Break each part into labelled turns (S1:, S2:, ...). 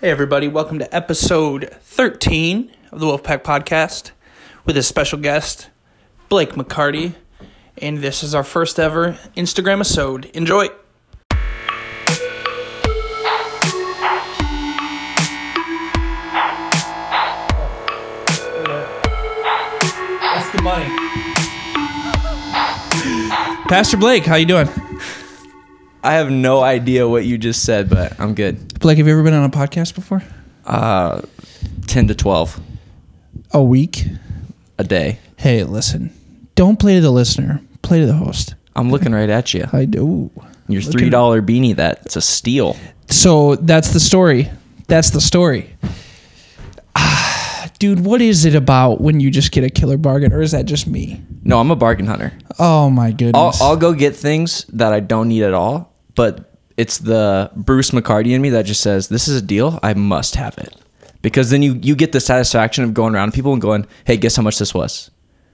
S1: Hey, everybody, welcome to episode 13 of the Wolfpack Podcast with a special guest, Blake McCarty. And this is our first ever Instagram episode. Enjoy. That's the money. Pastor Blake, how you doing?
S2: I have no idea what you just said, but I'm good.
S1: Blake, have you ever been on a podcast before?
S2: Uh, 10 to 12
S3: a week.
S2: a day.
S3: Hey, listen, don't play to the listener, play to the host.
S2: I'm looking right at you.
S3: I do.
S2: Your $3 beanie, that's a steal.
S3: So that's the story. That's the story. Ah, dude, what is it about when you just get a killer bargain, or is that just me?
S2: No, I'm a bargain hunter.
S3: Oh my
S2: I'll,
S3: goodness.
S2: I'll go get things that I don't need at all, but it's the Bruce McCarty in me that just says, this is a deal. I must have it. Because then you, you get the satisfaction of going around to people and going, hey, guess how much this was?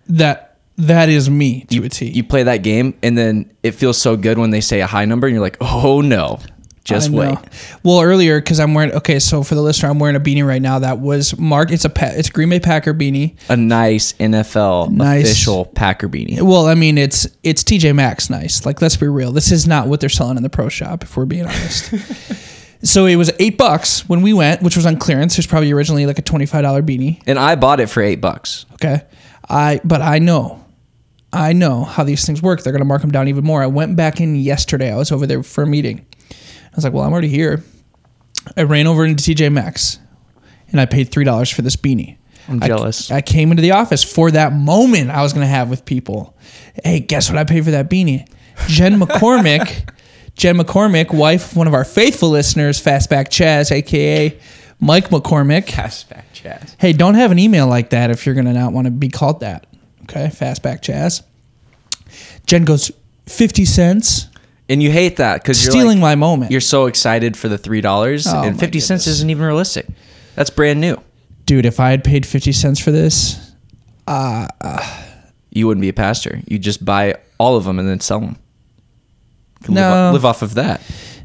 S3: that that is me to a T.
S2: You play that game, and then it feels so good when they say a high number, and you're like, oh no, just
S3: I know.
S2: wait.
S3: Well, earlier because I'm wearing okay. So for the listener, I'm wearing a beanie right now. That was Mark. It's a pa- it's Green Bay Packer beanie.
S2: a nice NFL
S3: Nice.
S2: official Packer beanie.
S3: Well, I mean, it's it's TJ Maxx nice. Like, let's be real. This is not what they're selling in the pro shop, if we're being honest. so it was eight bucks when we went, which was on clearance. It was probably originally like a twenty five dollar beanie.
S2: And I bought it for eight bucks.
S3: Okay, I but I know, I know how these things work. They're gonna mark them down even more. I went back in yesterday. I was over there for a meeting. I was like, well, I'm already here. I ran over into TJ Maxx, and I paid three dollars for this beanie.
S2: I'm
S3: I-
S2: jealous.
S3: I, came into the office for that moment I was going to have with people. Hey, guess what I paid for that beanie? Jen McCormick, Jen McCormick, wife of one of our faithful listeners, Fastback Chaz, aka Mike McCormick.
S2: Fastback Chaz.
S3: Hey, don't have an email like that if you're going to not want to be called that. Okay, Fastback Chaz. Jen goes fifty cents,
S2: And you hate that because you're
S3: stealing my
S2: like,
S3: moment.
S2: You're so excited for the three dollars
S3: Oh,
S2: and
S3: my
S2: fifty cents
S3: goodness.
S2: isn't even realistic. That's brand new.
S3: Dude, if I had paid fifty cents for this,
S2: You wouldn't be a pastor. You just buy all of them and then sell them. live,
S3: No.
S2: off, live off of that.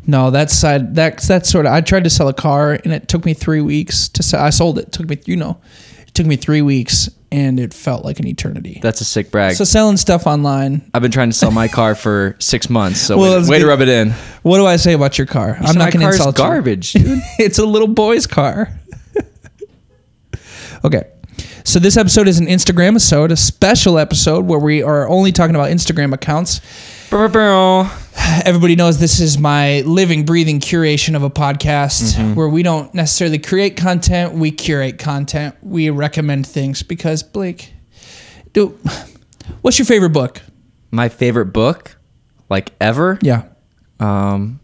S3: No, that side that that sort of. I tried to sell a car, and it took me three weeks to sell. I sold it. it. Took me, you know, it took me three weeks, and it felt like an eternity.
S2: That's a sick brag.
S3: so selling stuff online.
S2: I've been trying to sell my car for six months. So
S3: Well,
S2: way-
S3: it's
S2: way to
S3: good.
S2: rub it in.
S3: What do I say about your car? I'm
S2: So
S3: not
S2: my
S3: going to
S2: car's
S3: insult you.
S2: garbage, dude.
S3: it's a little boy's car. okay. So this episode is an Instagram episode, a special episode where we are only talking about Instagram accounts.
S2: Brr, brr, brr.
S3: everybody knows this is my living, breathing curation of a podcast
S2: Mm-hmm.
S3: where we don't necessarily create content, we curate content, we recommend things because Blake, do what's your favorite book?
S2: my favorite book, like ever.
S3: Yeah.
S2: Um,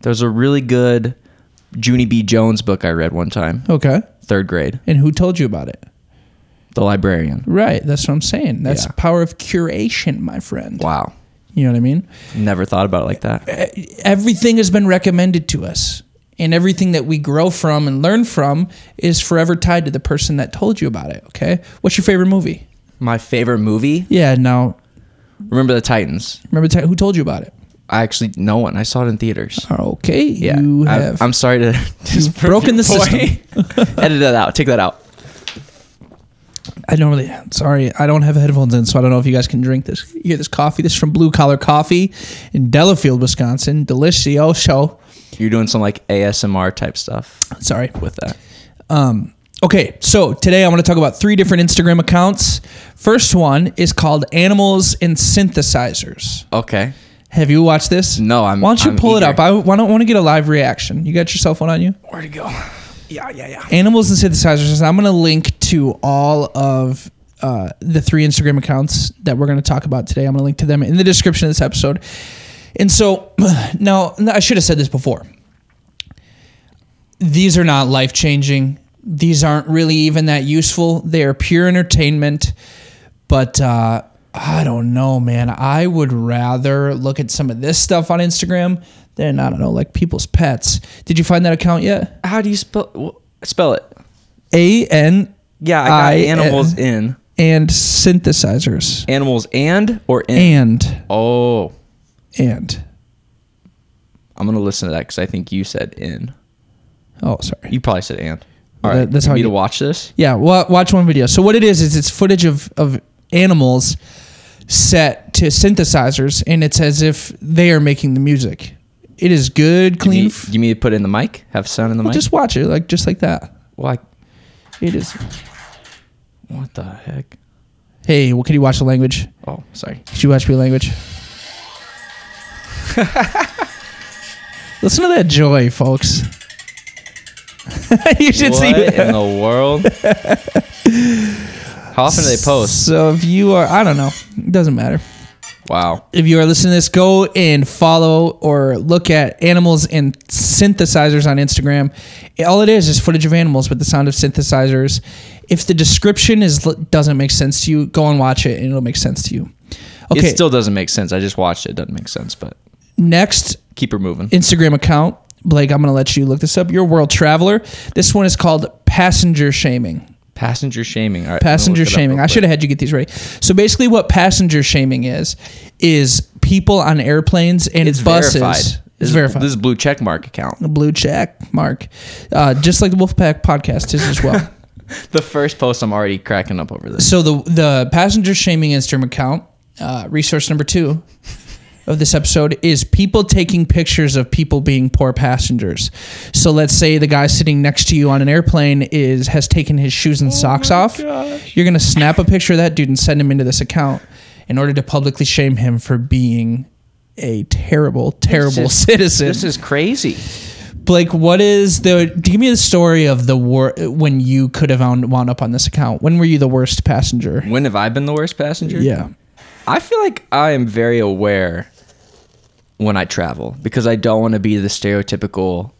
S2: there's a really good Junie B. Jones book I read one time,
S3: Okay.
S2: third grade,
S3: And who told you about it?
S2: The Librarian.
S3: Right. That's what I'm saying. That's
S2: Yeah.
S3: power of curation, my friend.
S2: Wow.
S3: You know what I mean?
S2: Never thought about it like that.
S3: everything has been recommended to us and everything that we grow from and learn from is forever tied to the person that told you about it okay what's your favorite movie
S2: My favorite movie,
S3: yeah now
S2: Remember the Titans.
S3: remember t- who told you about it
S2: I actually, no one. I saw it in theaters.
S3: okay
S2: Yeah.
S3: you
S2: I,
S3: have
S2: I'm sorry to
S3: you've broken the system
S2: edit that out. Take that out.
S3: i don't really sorry i don't have headphones in so i don't know if you guys can drink this you hear this coffee this is from blue collar coffee in delafield wisconsin delicioso
S2: You're doing some like ASMR type stuff
S3: sorry
S2: with that.
S3: Um, okay, so today I want to talk about three different Instagram accounts. First one is called Animals and Synthesizers.
S2: Okay.
S3: Have you watched this?
S2: No, I'm-
S3: Why don't you
S2: I'm
S3: pull
S2: eager.
S3: it up? I, why don't want to get a live reaction. You got your cell phone on you?
S2: Where'd it go? Yeah, yeah, yeah.
S3: Animals and Synthesizers. I'm going to link to all of uh, the three Instagram accounts that we're going to talk about today. I'm going to link to them in the description of this episode. And so, now I should have said this before. These are not life changing. These aren't really even that useful. They are pure entertainment. But uh, I don't know, man. I would rather look at some of this stuff on Instagram than, I don't know, like people's pets. Did you find that account yet?
S2: How do you spell wh- spell it?
S3: A N
S2: Yeah, I got
S3: I- uh,
S2: animals in.
S3: and synthesizers.
S2: Animals and or in?
S3: And
S2: Oh,
S3: and
S2: I'm gonna listen to that because I think you said in.
S3: Oh, sorry.
S2: You probably said and. All
S3: That-
S2: right.
S3: that's how
S2: you need
S3: you-
S2: to watch this.
S3: Yeah, wa watch one video. So what it is is it's footage of of animals set to synthesizers, and it's as if they are making the music. It is good,
S2: You
S3: clean.
S2: need,
S3: f-
S2: you need to put it in the mic. Have sound in the
S3: well,
S2: mic.
S3: just watch it, like just like that.
S2: Why?
S3: It is.
S2: What the heck?
S3: Hey, well, can you watch the language?
S2: Oh, sorry.
S3: Could you watch me language? Listen to that joy, folks. you should
S2: what
S3: see that.
S2: in the world? How often do they post?
S3: So if you are, I don't know, it doesn't matter.
S2: Wow.
S3: If you are listening to this, go and follow or look at animals and synthesizers on Instagram. All it is is footage of animals with the sound of synthesizers. If the description is doesn't make sense to you, go and watch it, and it'll make sense to you. Okay.
S2: It still doesn't make sense. I just watched it. It doesn't make sense, but
S3: next
S2: keep her moving.
S3: Instagram account. Blake, I'm going to let you look this up. You're a world traveler. This one is called passenger shaming.
S2: Passenger shaming. All right. I'm gonna
S3: Passenger
S2: look it up
S3: shaming.
S2: real
S3: I
S2: quick.
S3: should have had you get these ready. So basically, what passenger shaming is is people on airplanes and
S2: It's
S3: buses.
S2: verified. This
S3: It's
S2: is-
S3: verified.
S2: This is blue check mark account.
S3: a blue check mark, uh, just like the Wolfpack podcast is as well.
S2: The first post I'm already cracking up over this.
S3: so the the passenger shaming Instagram account uh, resource number two of this episode is people taking pictures of people being poor passengers. So let's say the guy sitting next to you on an airplane is has taken his shoes
S2: Oh
S3: and socks off. You're gonna snap a picture of that dude and send him into this account in order to publicly shame him for being a terrible, terrible
S2: is-
S3: citizen.
S2: This is crazy.
S3: Blake, what is the? Give me the story of the war when you could have wound, wound up on this account. When were you the worst passenger?
S2: When have I been the worst passenger?
S3: Yeah,
S2: I feel like I am very aware when I travel because I don't want to be the stereotypical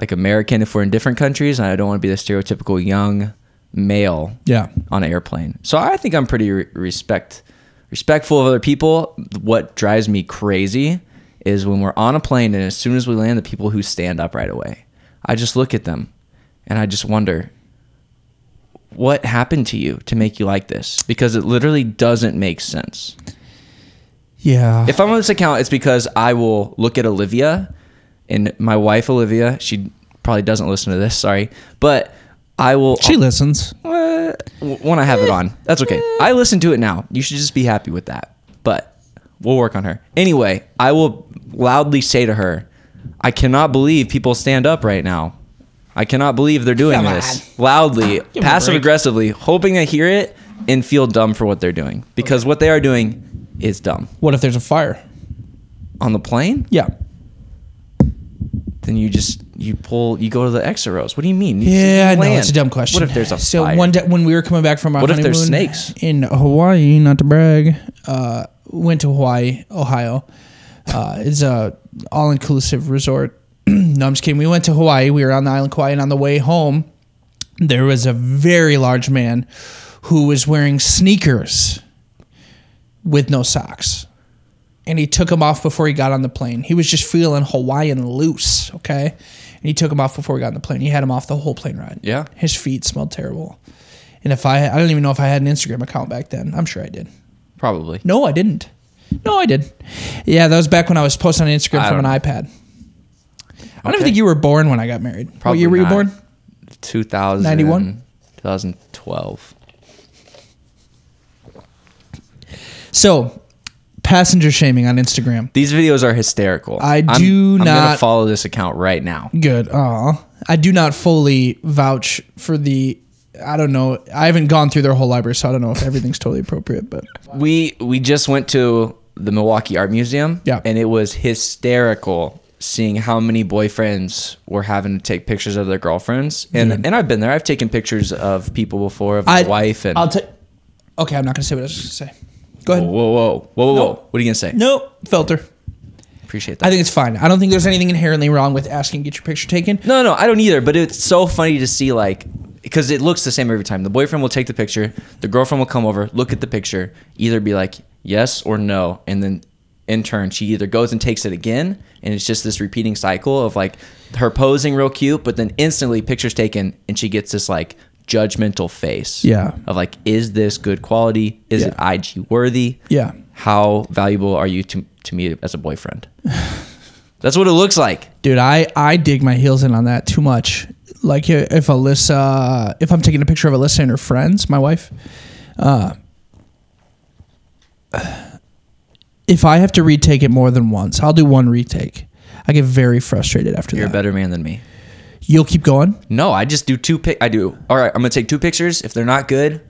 S2: like American if we're in different countries and I don't want to be the stereotypical young male
S3: yeah.
S2: on an airplane. So I think I'm pretty re- respect respectful of other people. What drives me crazy is when we're on a plane and as soon as we land, the people who stand up right away. I just look at them and I just wonder what happened to you to make you like this because it literally doesn't make sense.
S3: Yeah.
S2: If I'm on this account, it's because I will look at Olivia and my wife Olivia. She probably doesn't listen to this. Sorry, but I will.
S3: she listens.
S2: Uh, when I have it on. That's okay. I listen to it now. You should just be happy with that. But we'll work on her. Anyway, I will loudly say to her, I cannot believe people stand up right now. I cannot believe they're doing
S3: Come
S2: this. Loudly,
S3: a
S2: passive
S3: break.
S2: aggressively, hoping I hear it and feel dumb for what they're doing. Because what they are doing is dumb.
S3: What if there's a fire?
S2: On the plane,
S3: Yeah.
S2: then you just you pull you go to the exit rows. What do you mean? You
S3: Yeah, I know
S2: land.
S3: it's a dumb question.
S2: What if there's a
S3: so
S2: fire?
S3: one day when we were coming back from our
S2: What if
S3: honeymoon
S2: there's snakes?
S3: in Hawaii? Not to brag, uh, went to Hawaii, Ohio. Uh, it's a all inclusive resort. no, I'm just kidding. We went to Hawaii. We were on the island Kauai, and on the way home, there was a very large man who was wearing sneakers with no socks. And he took them off before he got on the plane. He was just feeling Hawaiian loose, okay? And he took them off before he got on the plane. He had them off the whole plane ride.
S2: Yeah.
S3: His feet smelled terrible. And if I, I don't even know if I had an Instagram account back then. I'm sure I did.
S2: probably.
S3: No, I didn't. No, I did. Yeah, that was back when I was posting on Instagram
S2: I
S3: from an
S2: don't know.
S3: iPad. I don't even
S2: Okay.
S3: think you were born when I got married. what
S2: Probably
S3: year were you
S2: not.
S3: born?
S2: 2000
S3: 91?
S2: 2012
S3: So, passenger shaming on Instagram.
S2: these videos are hysterical
S3: I
S2: I'm-
S3: do
S2: I'm gonna
S3: not-
S2: follow this account right now
S3: Good. Aw. I do not fully vouch for the. I don't know. I haven't gone through their whole library, so I don't know if everything's totally appropriate. But
S2: we we just went to the milwaukee art museum
S3: Yeah.
S2: and it was hysterical seeing how many boyfriends were having to take pictures of their girlfriends and and i've been there i've taken pictures of people before of my
S3: I-
S2: wife and Oh.
S3: I'll take. Okay, I'm not gonna say what I was gonna say. Go
S2: whoa
S3: ahead.
S2: whoa whoa whoa whoa, whoa. what are you gonna say
S3: No filter.
S2: appreciate that
S3: I think it's fine. I don't think there's anything inherently wrong with asking to get your picture taken.
S2: No, no, I don't either. But it's so funny to see like because it looks the same every time. The boyfriend will take the picture, the girlfriend will come over, look at the picture, either be like yes or no, and then in turn she either goes and takes it again, and it's just this repeating cycle of like her posing real cute, but then instantly pictures taken, and she gets this like judgmental face.
S3: Yeah.
S2: Of like, is this good quality? Is it IG worthy?
S3: Yeah.
S2: How valuable are you to to me as a boyfriend? That's what it looks like.
S3: dude i i dig my heels in on that too much like i- if alyssa if i'm taking a picture of alyssa and her friends my wife uh if i have to retake it more than once i'll do one retake i get very frustrated after
S2: You're a
S3: that
S2: better man than me.
S3: you'll keep going
S2: No, I just do two pic. I do. All right, I'm gonna take two pictures. If they're not good,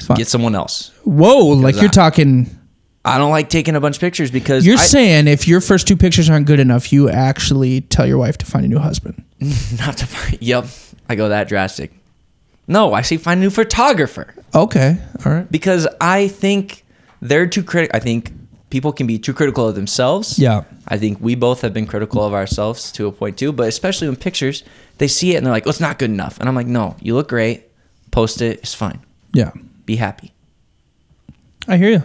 S3: Fine.
S2: get someone else.
S3: whoa like you're
S2: I-
S3: talking
S2: I don't like taking a bunch of pictures because
S3: you're
S2: I-
S3: saying if your first two pictures aren't good enough you actually tell your wife to find a new husband
S2: not to. Find, yep, I go that drastic. No, I say find a new photographer
S3: okay all right
S2: because I think they're too critical. I think people can be too critical of themselves.
S3: Yeah.
S2: I think we both have been critical of ourselves to a point too, but especially in pictures, they see it and they're like, "Oh, it's not good enough," and I'm like, "No, you look great. Post it. It's fine.
S3: yeah
S2: Be happy."
S3: I hear you.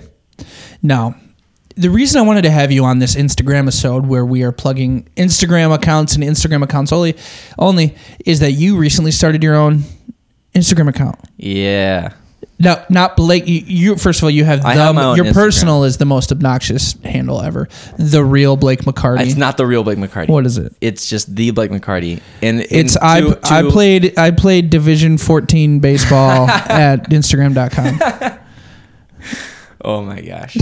S3: Now, the reason I wanted to have you on this Instagram episode where we are plugging Instagram accounts and Instagram accounts only, only is that you recently started your own Instagram account.
S2: Yeah.
S3: No, not Blake. You, you first of all, you have,
S2: I
S3: the,
S2: have my own
S3: your
S2: Instagram.
S3: personal is the most obnoxious handle ever. The real Blake McCarty.
S2: It's not the real Blake McCarty.
S3: What is it?
S2: It's just the Blake McCarty, and and
S3: It's I,
S2: to-
S3: I
S2: to-
S3: played I played Division 14 baseball at Instagram.com.
S2: Oh my gosh.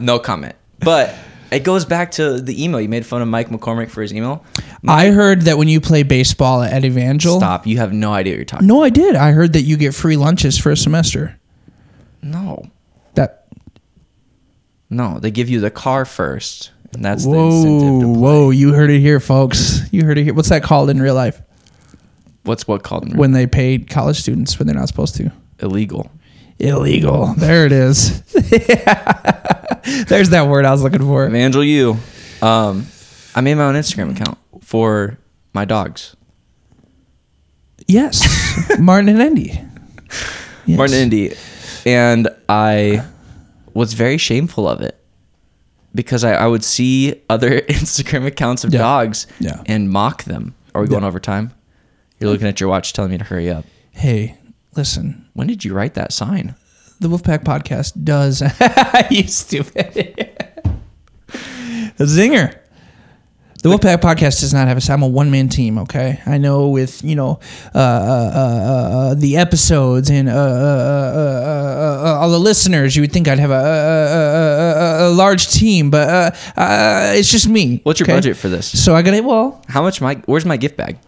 S2: no comment. But it goes back to the email. You made fun of Mike McCormick for his email.
S3: I heard that when you play baseball at Evangel,
S2: Stop. You have no idea what you're talking.
S3: No, I did. I heard that you get free lunches for a semester.
S2: No.
S3: That
S2: No. They give you the car first, and that's the
S3: whoa,
S2: incentive. To,
S3: whoa! You heard it here, folks. You heard it here. What's that called in real life?
S2: what's what called in-
S3: When they pay college students when they're not supposed to.
S2: illegal?
S3: Illegal. There it is. There's that word I was looking for.
S2: Evangel, you. Um, I made my own Instagram account for my dogs.
S3: Yes, Martin and Andy. Yes.
S2: Martin Indy. And I was very shameful of it because I, I would see other Instagram accounts of
S3: Yeah.
S2: dogs
S3: Yeah.
S2: and mock them. Are we going over time? You're looking at your watch telling me to hurry up.
S3: Hey, listen.
S2: When did you write that sign?
S3: The Wolfpack Podcast does. you stupid. Zinger. The Wolfpack Podcast does not have a sound. I'm a one man team, okay? I know with, you know, uh, uh, uh, uh, the episodes and uh, uh, uh, uh, uh, uh, all the listeners, you would think I'd have a, a, a, a, a large team, but uh, uh, it's just me.
S2: What's your
S3: okay?
S2: budget for this?
S3: So I got it. Well,
S2: How much my where's my gift bag?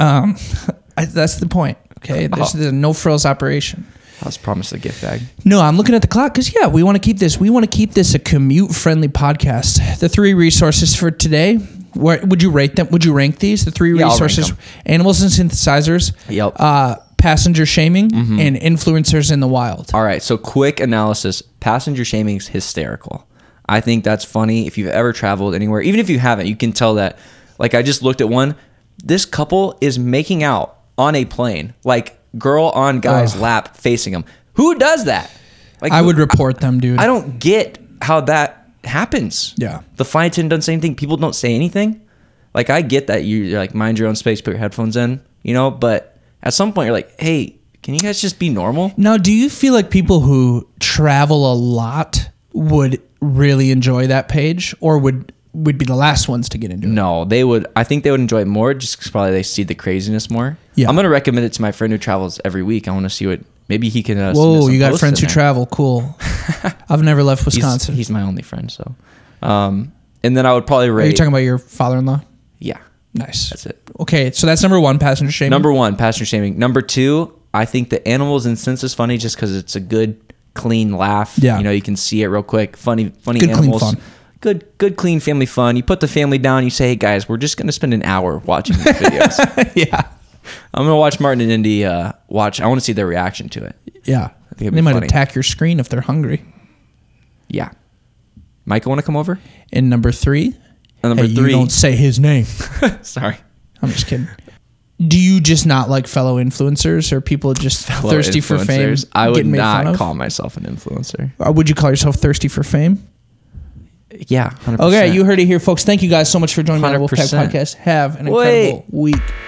S3: um, I, that's the point, okay?
S2: Oh.
S3: This is a no frills operation.
S2: I was promised a gift bag.
S3: No, I'm looking at the clock because yeah, we want to keep this. We want to keep this a commute friendly podcast. The three resources for today. Where would you rate them? Would you rank these? The three
S2: Yeah, I'll rank
S3: resources:
S2: 'em.
S3: animals and synthesizers,
S2: Yep. Mm-hmm.
S3: uh, passenger shaming, and influencers in the wild.
S2: All right, so quick analysis. Passenger shaming's hysterical. I think that's funny. If you've ever traveled anywhere, even if you haven't, you can tell that. Like I just looked at one. This couple is making out on a plane, like girl on guy's lap, facing him. Who does that? Like
S3: I would report them, dude.
S2: I don't get how that happens.
S3: Yeah.
S2: The flight attendant doesn't say anything. People don't say anything. Like I get that you you're like mind your own space, put your headphones in, you know. But at some point, you're like, hey, can you guys just be normal?
S3: Now, do you feel like people who travel a lot would really enjoy that page, or would would be the last ones to get into it?
S2: No, they would. I think they would enjoy it more just 'cause probably they see the craziness more.
S3: Yeah.
S2: I'm gonna recommend it to my friend who travels every week. I want to see what maybe he can. Uh, send us
S3: Whoa,
S2: some
S3: you got
S2: posts
S3: friends
S2: in
S3: who
S2: there.
S3: travel. Cool. I've never left
S2: He's-
S3: Wisconsin.
S2: He's, my only friend, so. Um, and then I would probably rate.
S3: Are you talking about your father-in-law?
S2: yeah,
S3: Nice.
S2: that's it.
S3: Okay, so that's number one, passenger shaming.
S2: Number one, passenger shaming. Number two, I think the animals and sense is funny just because it's a good, clean laugh.
S3: Yeah.
S2: you know, you can see it real quick. Funny, funny
S3: Good, clean
S2: animals.
S3: fun.
S2: Good, good, clean family fun. You put the family down. You say, "Hey guys, we're just gonna spend an hour watching these videos."
S3: yeah,
S2: I'm gonna watch Martin and Indy uh, watch. I want to see their reaction to it.
S3: yeah.
S2: think it'd
S3: They
S2: be
S3: might
S2: funny.
S3: attack your screen if they're hungry.
S2: Yeah, Michael, want to come over?
S3: And number three,
S2: And number
S3: hey,
S2: three,
S3: you don't say his name.
S2: sorry,
S3: I'm just kidding. Do you just not like fellow influencers or people just
S2: Hello,
S3: thirsty for fame?
S2: influencers. I would
S3: getting made fun
S2: not
S3: of?
S2: call myself an influencer.
S3: Or would you call yourself thirsty for fame?
S2: Yeah, 100%.
S3: Okay, you heard it here, folks. Thank you guys so much for joining me on the Wolfpack
S2: 100%.
S3: Podcast. Have an
S2: Wait.
S3: incredible week.